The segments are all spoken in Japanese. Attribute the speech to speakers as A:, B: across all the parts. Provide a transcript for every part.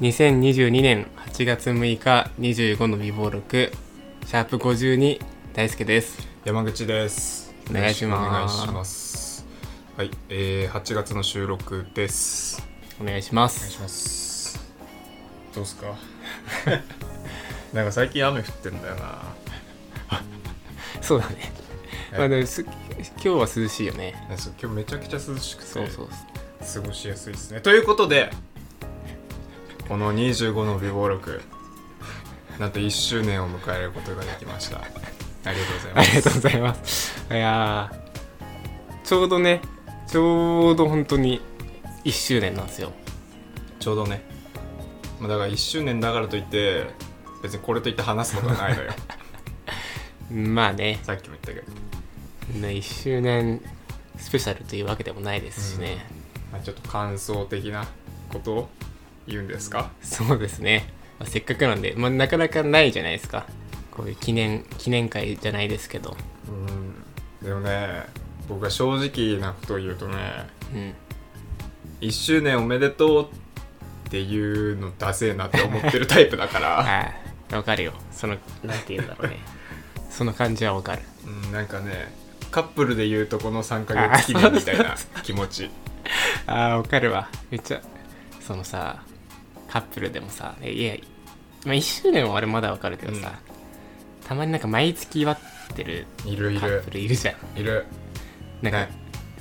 A: 2022年8月6日25の微暴録シャープ52大輔です
B: 山口です
A: お願いします
B: よろしくお願いしますはい、えー、8月の収録です
A: お願いしま
B: お願い
A: す
B: しますどうすか なんか最近雨降ってんだよな
A: そうだね、
B: はい
A: まあでもす今日は涼しいよね
B: なんかそう今日めちゃくちゃ涼しくて
A: そうそう
B: 過ごしやすいですねということでこの25の美貌録なんと1周年を迎えることができましたありがとうござい
A: あ
B: ま
A: りが
B: す
A: とうございますいやーちょうどねちょうど本当に1周年なんですよ
B: ちょうどね、まあ、だから1周年だからといって別にこれといって話すことはないのよ
A: まあね
B: さっきも言ったけど、
A: 1周年スペシャルというわけでもないですしね、
B: まあ、ちょっと感想的なことを言うんですか
A: そうですね、まあせっかくなんで、まあ、なかなかないじゃないですかこういう記念記念会じゃないですけど
B: うんでもね僕は正直なことを言うとね
A: うん
B: 1周年おめでとうっていうのダセえなって思ってるタイプだか ら、
A: ああわかるよそのなんて言うんだろうね その感じはわかる
B: うん、なんかねカップルで言うとこの3ヶ月記念みたいな気持ち
A: ああわかるわめっちゃそのさカップルでもさえいや、まあ、1周年は俺まだわかるけどさ、たまになんか毎月祝ってる
B: いるい
A: カッ
B: る
A: プルいるじゃん
B: いる
A: なんか、
B: ね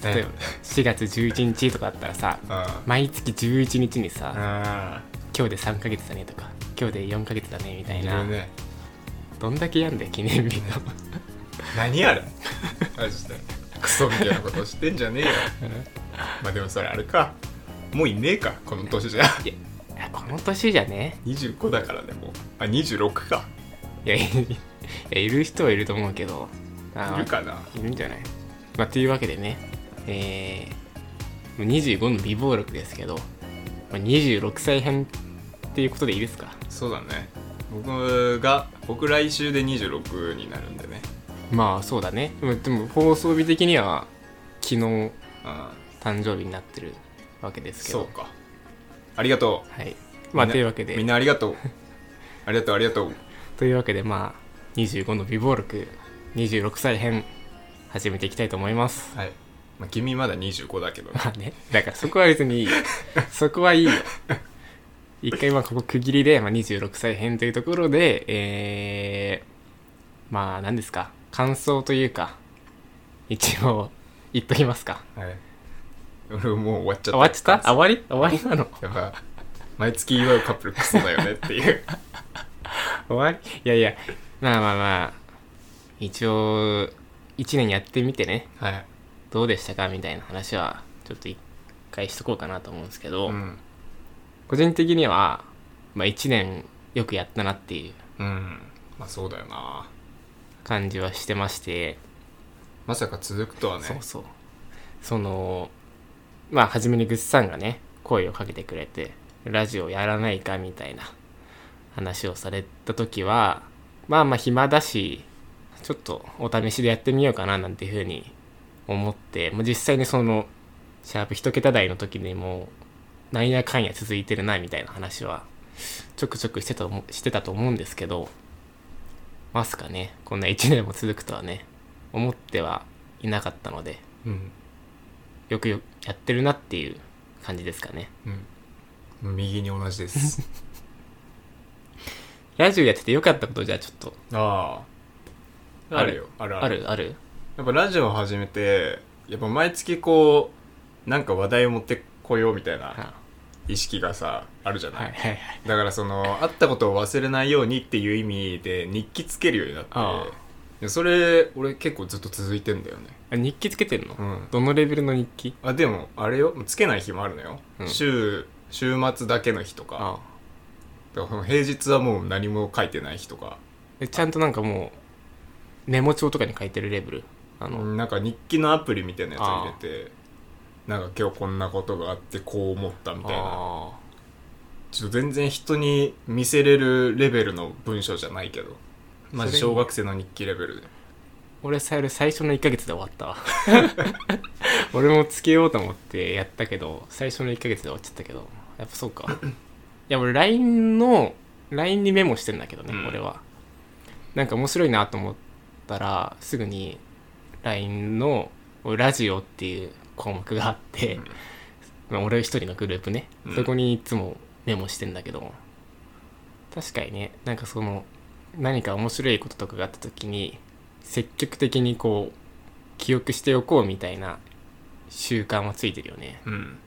B: ね
A: 例えば4月11日とかだったらさ
B: うん
A: 毎月11日にさ、
B: あ
A: 今日で3ヶ月だねとか今日で4ヶ月だねみた
B: ー
A: い
B: い
A: な
B: るね
A: どんだけやんだよ記念日の
B: 何 あれマジでクソみたいなことしてんじゃねえよ まあでもそれあれかもういねえかこの年じゃ
A: いやいやこの年じゃね
B: 25だからねもうあ26か
A: いやい やいやいる人はいると思うけどあ
B: いるかない
A: るんじゃないまあというわけでねえー、もう25の美貌録ですけど、まあ、26歳編っていうことでいいですか
B: そうだね僕が僕来週で26になるんでね
A: まあそうだねでもでも放送日的には昨日
B: あ
A: 誕生日になってるわけですけ
B: そう
A: ど
B: かありがとう
A: はいまあ
B: みんな
A: というわけで
B: みんなありが とうありがとうありがとう
A: というわけでまあ25の美貌録26歳編始めていきたいと思います
B: はい、まあ、君まだ25だけどね
A: まあねだからそこは別にいい よそこはいいよ一回まあここ区切りで、まあ、26歳編というところでえー、まあ何ですか感想というか一応言っときますか
B: はい俺もう終わっちゃった
A: 終わっちゃったあ終わり終わりなの
B: やっぱ毎月祝うカップルクソだよねって いう
A: 終わりいやいやまあまあまあ一応1年やってみてね
B: はい、
A: どうでしたかみたいな話はちょっと一回しとこうかなと思うんですけど、
B: うん
A: 個人的には、まあ、1年よくやったなっていう
B: うん、まあそうだよな
A: 感じはしてまして、
B: まさか続くとはね
A: そうそうそのまあ初めにグッズさんがね声をかけてくれてラジオやらないかみたいな話をされた時はまあまあ暇だしちょっとお試しでやってみようかななんていうふうに思ってもう実際にそのシャープ一桁台の時にもうなんやかんや続いてるなみたいな話はちょくちょくしてた思してたと思うんですけどまさかねこんな1年も続くとはね思ってはいなかったので
B: うん、
A: よくよやってるなっていう感じですかね
B: うん、右に同じです
A: ラジオやっててよかったことじゃあちょっと
B: あああるよある
A: あるある
B: やっぱラジオを始めてやっぱ毎月こうなんか話題を持ってこようみたいな
A: は
B: 意識がさあるじゃ
A: い
B: ない、
A: はいはいはい
B: だからその会ったことを忘れないようにっていう意味で日記つけるようにな
A: ああ
B: ってでそれ俺結構ずっと続いてんだよね
A: あ日記つけてんの、
B: うん
A: どのレベルの日記
B: あでもあれよつけない日もあるのよ、
A: うん
B: 週週末だけの日とか
A: あ
B: だから平日はもう何も書いてない日とか
A: でちゃんとなんかもうメモ帳とかに書いてるレベルあの、
B: なんか日記のアプリみたいなやつ入れてなんか今日こんなことがあってこう思ったみたいな
A: あ
B: ちょっと全然人に見せれるレベルの文章じゃないけどマジ
A: それ
B: 小学生の日記レベルで
A: ー俺最最初の1ヶ月で終わ ったわ俺もつけようと思ってやったけど最初の1ヶ月で終わっちゃったけどやっぱそうかや俺 LINE の LINE にメモしてんだけどね、
B: うん
A: 俺はなんか面白いなと思ったらすぐに LINE のラジオっていう項目があって、まあ俺一人のグループね、
B: うん
A: そこにいつもメモしてんだけど確かにねなんかその何か面白いこととかがあった時に積極的にこう記憶しておこうみたいな習慣はついてるよね、
B: うん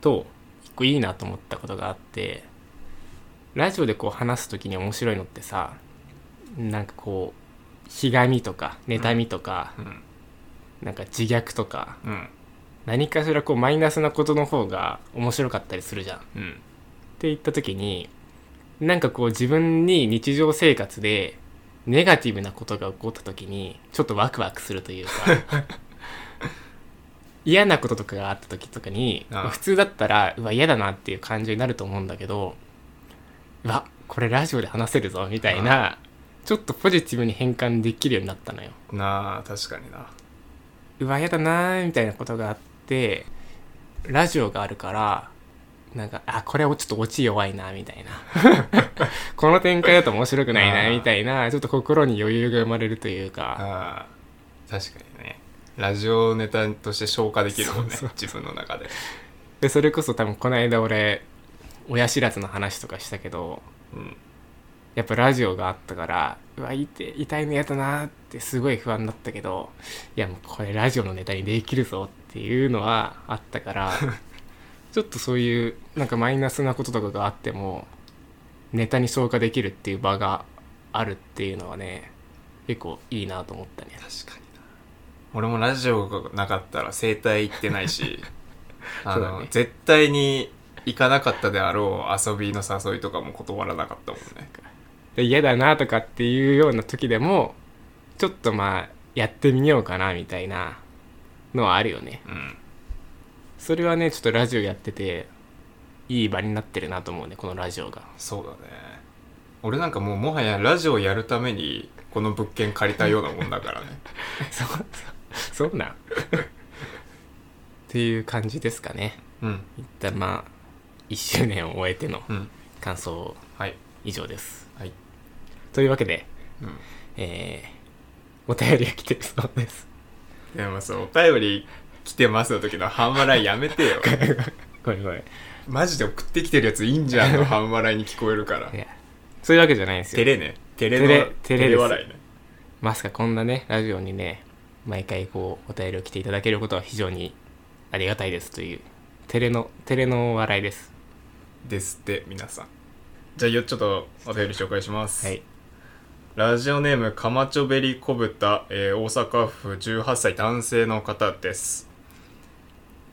A: と一個いいなと思ったことがあってラジオでこう話す時に面白いのってさなんかこうひがみとか妬みとか、
B: うん
A: なんか自虐とか
B: うん
A: 何かしらこうマイナスなことの方が面白かったりするじゃん。っ
B: うん
A: て言った時になんかこう自分に日常生活でネガティブなことが起こった時にちょっとワクワクすると いうか嫌なこととかがあった時とかに
B: ああ
A: 普通だったらうわ嫌だなっていう感情になると思うんだけどうわこれラジオで話せるぞみたいなちょっとポジティブに変換できるようになったのよ。
B: なあ確かにな
A: うわやだなーみたいなことがあってラジオがあるからなんかあこれはちょっとオチ弱いなみたいな この展開だと面白くない
B: あ
A: な
B: ー
A: みたいなちょっと心に余裕が生まれるというか
B: あー確かにねラジオネタとして消化できるもんね
A: そう
B: 自分の中で
A: でそれこそ多分この間俺親知らずの話とかしたけど
B: うん
A: やっぱラジオがあったからうわ痛い痛いのやだなーってすごい不安だったけどいやもうこれラジオのネタにできるぞっていうのはあったからちょっとそういうなんかマイナスなこととかがあってもネタに消化できるっていう場があるっていうのはね結構いいなと思ったね
B: 確かにな俺もラジオがなかったら整体行ってないし あ
A: そう
B: の
A: だ、ね
B: 絶対に行かなかったであろう遊びの誘いとかも断らなかったもんね
A: で嫌だなとかっていうような時でもちょっとまあやってみようかなみたいなのはあるよね
B: うん
A: それはねちょっとラジオやってていい場になってるなと思うねこのラジオが
B: そうだね俺なんかもうもはやラジオやるためにこの物件借りたようなもんだから ね
A: そうそうそうなんっていう感じですかね
B: うん
A: 一旦まあ1周年を終えての
B: うん
A: 感想
B: はい
A: 以上です
B: はい
A: というわけで
B: うん
A: えー、お便りが来てるそうです
B: でもさお便り来てますの時の半笑いやめ てよ
A: ごめんごめん
B: マジで送ってきてるやついいんじゃんの半笑いに聞こえるから
A: いやそういうわけじゃないんです
B: 照
A: よ
B: れね照れ
A: 照れ照
B: の
A: れです
B: 照れ笑いね
A: まさかこんなねラジオにね毎回こうお便りを来ていただけることは非常にありがたいですという照れの照れの笑いです
B: ですって皆さんじゃあよちょっとお便り紹介します、
A: はい
B: ラジオネームカマチョベリコブタ、えー大阪府18歳男性の方です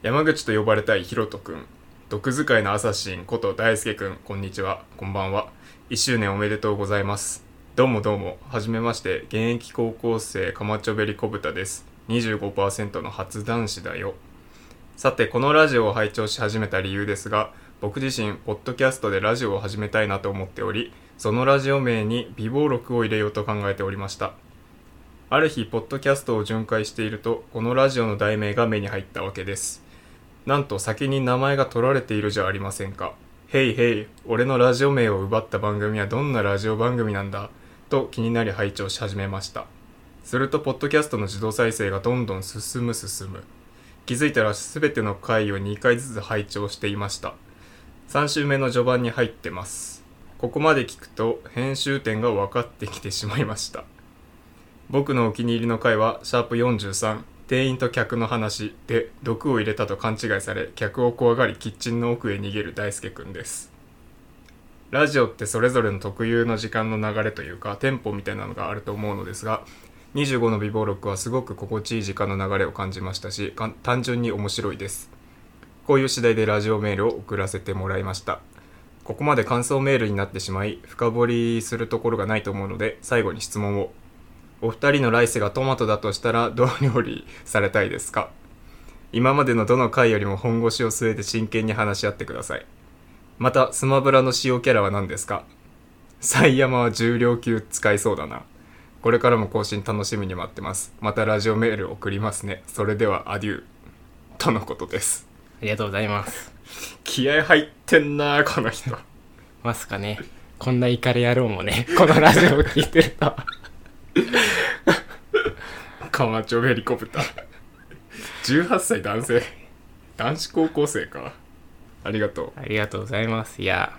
B: 山口と呼ばれたいひろとくん毒使いのアサシンこと大輔くんこんにちはこんばんは1周年おめでとうございますどうもどうもはじめまして現役高校生カマチョベリコブタです25%の初男子だよさてこのラジオを拝聴し始めた理由ですが僕自身ポッドキャストでラジオを始めたいなと思っておりそのラジオ名に美貌録を入れようと考えておりましたある日ポッドキャストを巡回しているとこのラジオの題名が目に入ったわけですなんと先に名前が取られているじゃありませんか「へいへい俺のラジオ名を奪った番組はどんなラジオ番組なんだ?」と気になり拝聴し始めましたするとポッドキャストの自動再生がどんどん進む進む気づいたら全ての回を2回ずつ拝聴していました3週目の序盤に入ってますここまで聞くと編集点が分かってきてしまいました僕のお気に入りの回は「シャープ #43 店員と客の話」で毒を入れたと勘違いされ客を怖がりキッチンの奥へ逃げる大輔くんですラジオってそれぞれの特有の時間の流れというかテンポみたいなのがあると思うのですが25の美貌録はすごく心地いい時間の流れを感じましたしかん単純に面白いですこういう次第でラジオメールを送らせてもらいましたここまで感想メールになってしまい深掘りするところがないと思うので最後に質問をお二人の来世がトマトだとしたらどう料理されたいですか今までのどの回よりも本腰を据えて真剣に話し合ってくださいまたスマブラの使用キャラは何ですかイ山は重量級使いそうだなこれからも更新楽しみに待ってますまたラジオメール送りますねそれではアデューとのことです
A: ありがとうございます
B: 気気合入ってんなこの人
A: まさかねこんなイカレ野郎もね このラジオを聞いてるとは
B: カマチョヘリコプター18歳男性男子高校生かありがと
A: ありがとうございますいや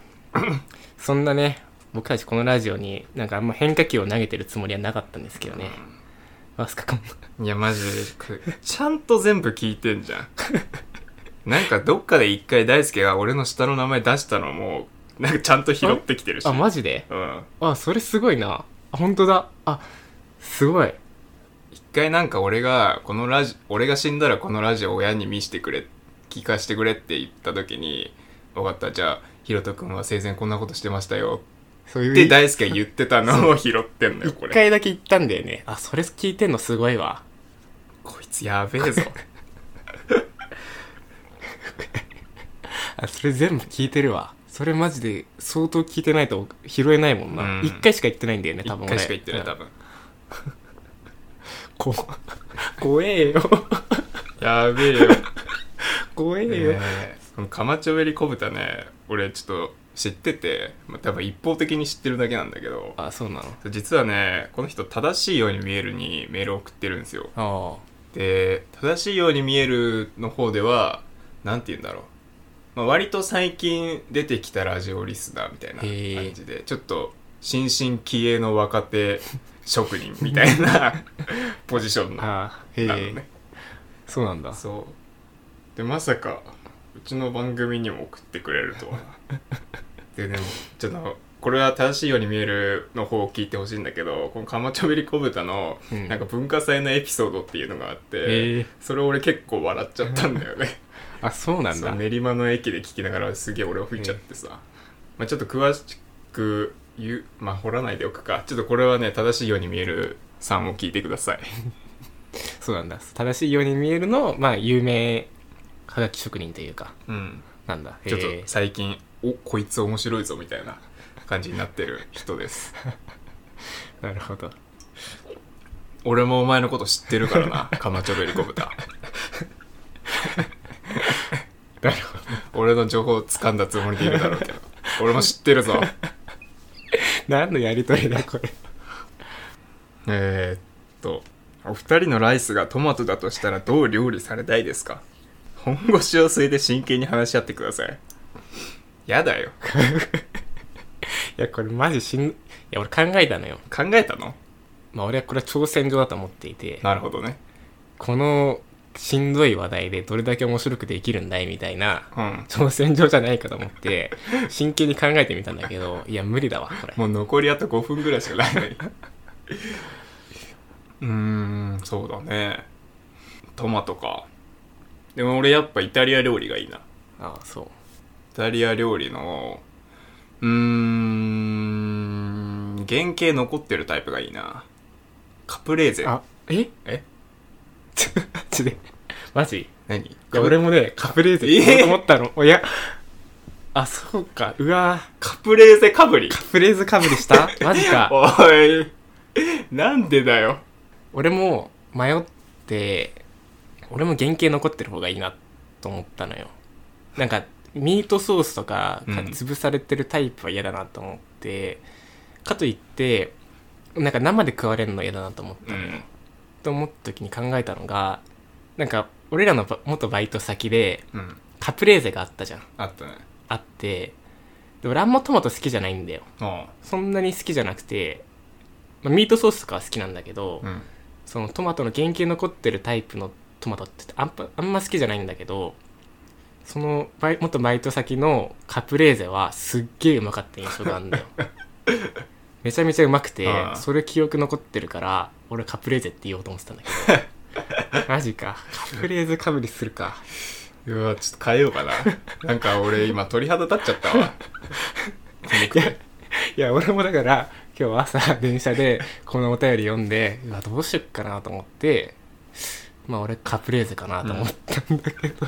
A: そんなね僕たちこのラジオになんかあんま変化球を投げてるつもりはなかったんですけどねまさかこんな
B: ういやマジでちゃんと全部聞いてんじゃんなんかどっかで一回大輔が俺の下の名前出したのもなんかちゃんと拾ってきてるし
A: あマジで
B: うん
A: あそれすごいなあ本当だあすごい
B: 一回なんか俺がこのラジ俺が死んだらこのラジオを親に見してくれ聞かしてくれって言った時に「分かったじゃあひろとくんは生前こんなことしてましたよ」
A: そうい
B: っ
A: う
B: て大輔が言ってたのを拾ってんのよこ
A: 一
B: れ
A: 回だけ言ったんだよねあそれ聞いてんのすごいわ
B: こいつやべえぞ
A: あそれ全部聞いてるわそれマジで相当聞いてないと拾えないもんな
B: うん
A: 一、回しか言ってないんだよね多
B: 一
A: 分
B: 回しか言ってない
A: 俺
B: 多分
A: こ怖え よ
B: やべえよ
A: 怖えよ、
B: ねこのカマチョベリコブタね俺ちょっと知ってて、まあ、多分一方的に知ってるだけなんだけど
A: あそうなの
B: 実はねこの人正しいように見えるにメールを送ってるんですよ
A: あ
B: で正しいように見えるの方では何て言うんだろう、まあ、割と最近出てきたラジオリスナーみたいな
A: へー
B: 感じでちょっと新進気鋭の若手職人みた いなポジション
A: あ
B: のな
A: ああへえ
B: のね、
A: そうなんだ
B: そうでまさかうちの番組にも送ってくれる とはででもちょっとこれは正しいように見えるの方を聞いてほしいんだけどこの「かまちょべりこぶた」の
A: うん
B: なんか文化祭のエピソードっていうのがあって、
A: へえ
B: それ俺結構笑っちゃったんだよね
A: あそう なん
B: そ
A: だ
B: う練馬の駅で聞きながらすげえ俺を吹いちゃってさ、まあ、ちょっと詳しく言うまあ掘らないでおくかちょっとこれはね正しいように見えるさんを聞いてください
A: そうなんだ正しいように見えるのまあ有名はがき職人というか
B: うん
A: なんだ
B: ちょっと
A: へえ
B: 最近おこいつ面白いぞみたいな感じになってる人です
A: なるほど
B: 俺もお前のこと知ってるからなカマチョベリコブ タ
A: なるほど
B: 俺の情報を掴んだつもりでいるだろうけど俺も知ってるぞ
A: 何のやりとりだこれ
B: えー、っとお二人のライスがトマトだとしたらどう料理されたいですか本腰を据えて真剣に話し合ってくださいやだよ
A: いやこれマジしんいや俺考えたのよ
B: 考えたの
A: まあ俺はこれは挑戦状だと思っていて
B: なるほどね
A: このしんどい話題でどれだけ面白くできるんだいみたいな
B: うん
A: 挑戦状じゃないかと思って真剣に考えてみたんだけどいや無理だわこれ
B: もう残りあと5分ぐらいしかないのにうーんそうだねトマトかでも俺やっぱイタリア料理がいいなイ
A: ああそう
B: タリア料理のうーん原型残ってるタイプがいいなカプレーゼ
A: あえ
B: え
A: ちょちょでマジい
B: 何い
A: や俺もねカプレーゼ
B: えー
A: って思ったの、いやあそうかうわ
B: カプレーゼかぶり
A: カプレーゼかぶりしたマジ か
B: おいなんでだよ
A: 俺も迷って俺も原型残ってる方がいいなと思ったのよなんかミートソースとか
B: うん
A: が潰されてるタイプは嫌だなと思って、かといってなんか生で食われるの嫌だなと思った
B: う
A: のよ、
B: ん
A: と思った時に考えたのがなんか俺らのば元バイト先で
B: うん
A: カプレーゼがあったじゃん
B: あったね
A: あってで俺あんまトマト好きじゃないんだよ
B: あ
A: そんなに好きじゃなくて、まあミートソースとかは好きなんだけど、
B: あうん
A: そのトマトの原型残ってるタイプのトマトってあんぱあんま好きじゃないんだけどそのバイ元バイト先のカプレーゼはすっげえうまかった印象があるんだ よめちゃめちゃうまくて
B: ああ
A: それ記憶残ってるから俺カプレーゼって言おうと思ってたんだけ どマジかカプレーゼかぶりするか
B: うわちょっと変えようかななんか俺今鳥肌立っちゃったわ
A: いや俺もだから今日朝電車でこのお便り読んでうわどうしよっかなと思ってまあ俺カプレーゼかなと思ったんだけど、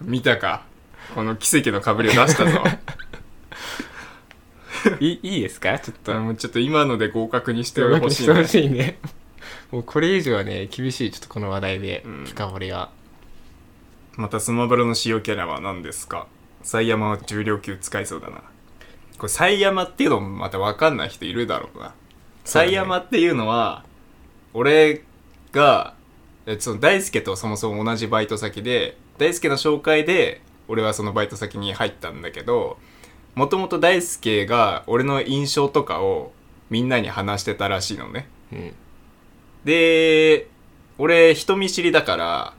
B: 見たかこの奇跡のかぶりを出したぞ
A: いいいいですかちょっと
B: あもうちょっと今ので合格にし
A: しててほ
B: ほ
A: し
B: し
A: い
B: いね
A: ね。 もうこれ以上はね、厳しい、ちょっとこの話題で
B: うん、
A: 深掘りは。
B: またスマブラの使用キャラは何ですか最山は重量級使いそうだなこれ最山っていうのもまた分かんない人いるだろうな
A: そうだね
B: 最山っていうのは俺がえその大輔とそもそも同じバイト先で大輔の紹介で俺はそのバイト先に入ったんだけどもともと大輔が俺の印象とかをみんなに話してたらしいのね
A: うん
B: で俺人見知りだから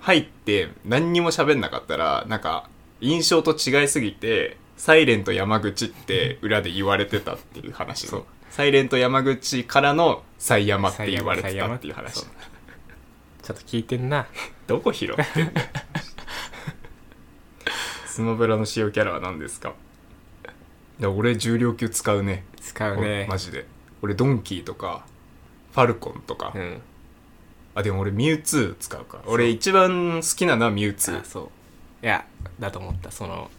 B: 入って何にも喋んなかったらなんか印象と違いすぎて「サイレント山口」って裏で言われてたっていう話
A: そう
B: サイレント山口からの「サイヤマ」って言われて
A: 最
B: た
A: 山
B: っていう話
A: そうちょっと聞いてんな
B: どこ拾ってんの スマブラの使用キャラは何ですかいや俺重量級使うね
A: 使うね
B: マジで俺ドンキーとかファルコンとか、
A: うん
B: あでも俺ミュウツー使うか
A: そう
B: 俺一番好きなのはミュウツ
A: あ
B: ー
A: そういやだと思ったその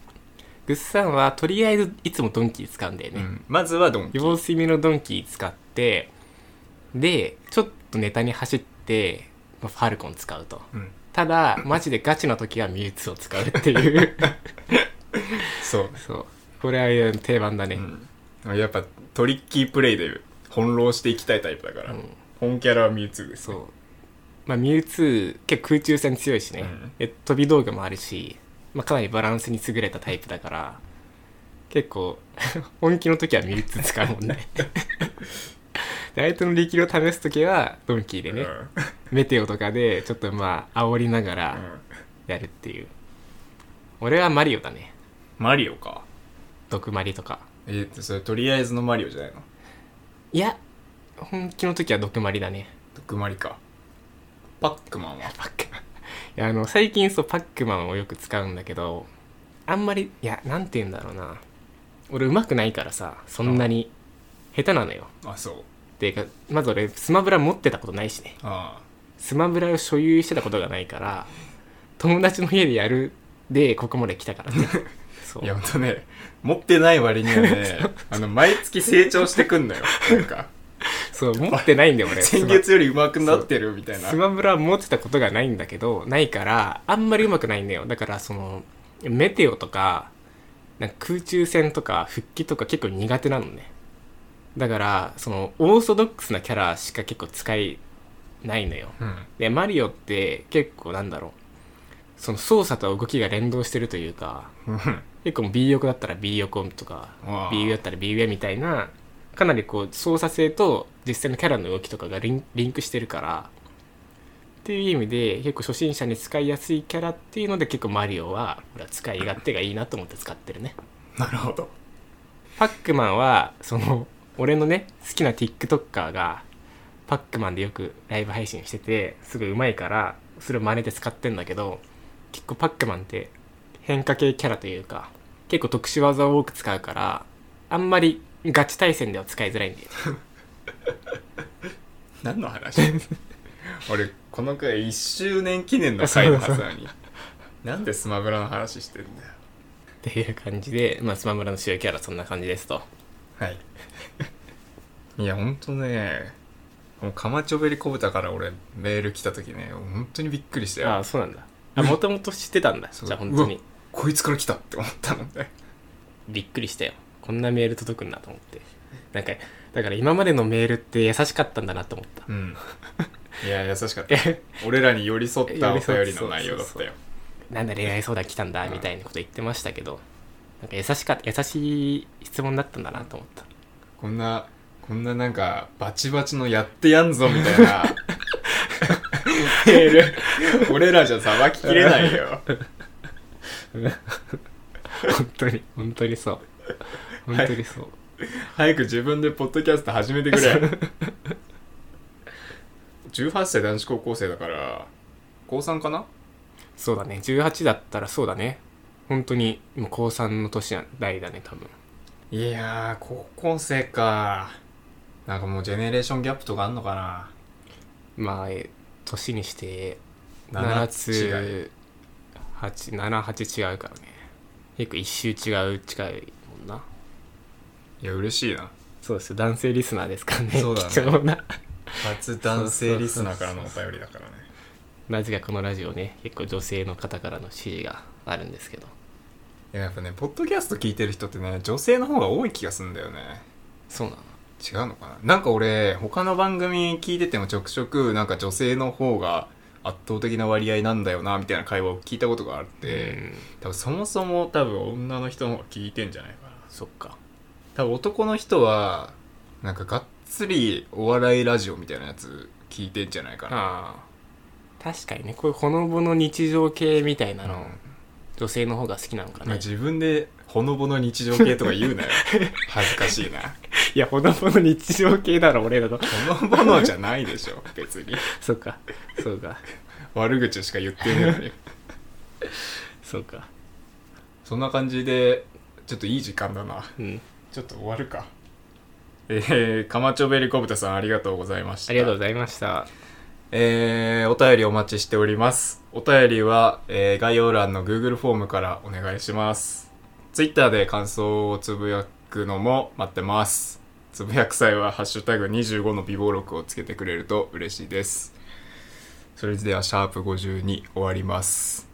A: グッサンはとりあえずいつもドンキー使うんだよ
B: う
A: ね、
B: ん、まずはドンキ
A: 様子見のドンキー使ってでちょっとネタに走ってまあファルコン使うと
B: うん、
A: ただマジでガチの時はミュウツーを使うっていう
B: そう、
A: そうこれは定番だね、
B: うん、やっぱトリッキープレイで翻弄していきたいタイプだから、
A: うん
B: 本キャラはミュウツーです
A: そうまあミュウツー結構空中戦強いしね、
B: うん
A: で飛び道具もあるし、まあ、かなりバランスに優れたタイプだから結構 本気の時はミュウツー使うもん ねで相手の力量を試す時はドンキーでね、メテオとかでちょっとまあ煽りなが
B: うんう
A: ら
B: ん
A: やるっていう、俺はマリオだね
B: マリオか
A: 毒マリとか
B: えそれとりあえずのマリオじゃないの
A: いや本気の時は毒マリだね
B: 毒マリかパックマンは
A: パックマンいやあの最近そうパックマンをよく使うんだけどあんまりいやなんて言うんだろうな俺上手くないからさそんなに下手なのよ
B: あそう
A: ていうかまず俺スマブラ持ってたことないしね
B: あ
A: スマブラを所有してたことがないから友達の家でやるでここまで来たからねそ
B: あ
A: う
B: いやほんとね持ってない割には ねあの毎月成長してくんのよなんか
A: そう持ってないんだよ俺
B: 先月より上手くなってるみたいな
A: スマブラは持ってたことがないんだけどないからあんまりうまくないんだよだからそのメテオとかなんか空中戦とか復帰とか結構苦手なのねだからそのオーソドックスなキャラしか結構使えないのよ
B: うん
A: でマリオって結構なんだろうその操作と動きが連動してるというか
B: うん
A: 結構 B 横だったら B 横とか
B: ああ
A: B 上だったら B 上みたいなかなりこう操作性と実際のキャラの動きとかがリンリンクしてるからっていう意味で結構初心者に使いやすいキャラっていうので結構マリオは俺は使い勝手がいいなと思って使ってるね
B: なるほど。
A: パックマンはその俺のね好きな TikToker がパックマンでよくライブ配信しててすごいうまいからそれを真似て使ってんだけど結構パックマンって変化系キャラというか結構特殊技を多く使うからあんまりガチ対戦では使いづらいんだよ
B: 何の 話俺、この回1周年記念の回のはずなのに。なんでスマブラの話してんだよ。
A: っていう感じで、まあ、スマブラの主要キャラそんな感じですと
B: はい。 いや、ほんとね、もうカマチョベリコブタから俺メール来た時ね、本当にびっくりした
A: ああ
B: よ。
A: そうなんだあもともと知ってたんだ
B: そう
A: じゃあ本当に
B: こいつから来たって思ったので。
A: びっくりしたよこんなメール届くんだと思ってなんかだから今までのメールって優しかったんだなと思った
B: うん。 いや、優しかった。俺ら に寄り添ったお便りの内容だったよ。
A: なんだ恋愛相談来たんだみたいなこと言ってましたけど、なんか優しか優しい質問だったんだなと思った
B: こんな、こんななんか、バチバチのやってやんぞみたいな、メール、俺らじゃさばききれないよ。
A: 本当に本当にそう本当にそう、
B: 早く自分でポッドキャスト始めてくれ。18歳男子高校生だから、高3かな
A: そうだね18だったらそうだね本当にもう高3の年代だね多分
B: いやー、高校生か。なんかもうジェネレーションギャップとかあんのか
A: まあえ年にして
B: な
A: 7
B: 7違い。
A: つ878違うからね結構一周違う近いもんない
B: や、嬉しいな。
A: そうですよ男性リスナーですからね
B: そうだね
A: 貴重な
B: 初男性リスナーからのお便りだからね。
A: なぜかこのラジオね結構女性の方からの支持があるんですけど
B: いややっぱねポッドキャスト聞いてる人ってね女性の方が多い気がするんだよね
A: そうなの
B: 違うのかななんか俺他の番組聞いててもちょくちょくなんか女性の方が圧倒的な割合なんだよなみたいな会話を聞いたことがあって、
A: うん
B: 多分そもそも多分女の人の方が聞いてんじゃないかな
A: そっか
B: 多分男の人はなんかがっつりお笑いラジオみたいなやつ聞いてんじゃないかな
A: ああ確かにねこういうほのぼの日常系みたいな
B: あの、
A: の、女性の方が好きなのか
B: まあ
A: ね
B: 自分でほのぼの日常系とか言うなよ恥ずかしい ない
A: やほのぼの日常系だろ俺らの
B: ほのぼのじゃないでしょ別に
A: そっかそうか
B: 悪口しか言ってないの に
A: そうか
B: そんな感じでちょっといい時間だな
A: うん
B: ちょっと終わるかえー、かまちょベリコブタさんありがとうございました
A: ありがとうございました
B: えー、お便りお待ちしております。お便りは、えー概要欄の Google フォームからお願いします。Twitter で感想をつぶやくのも待ってます。つぶやく際は、ハッシュタグ25の美貌録をつけてくれると嬉しいです。それでは、シャープ52終わります。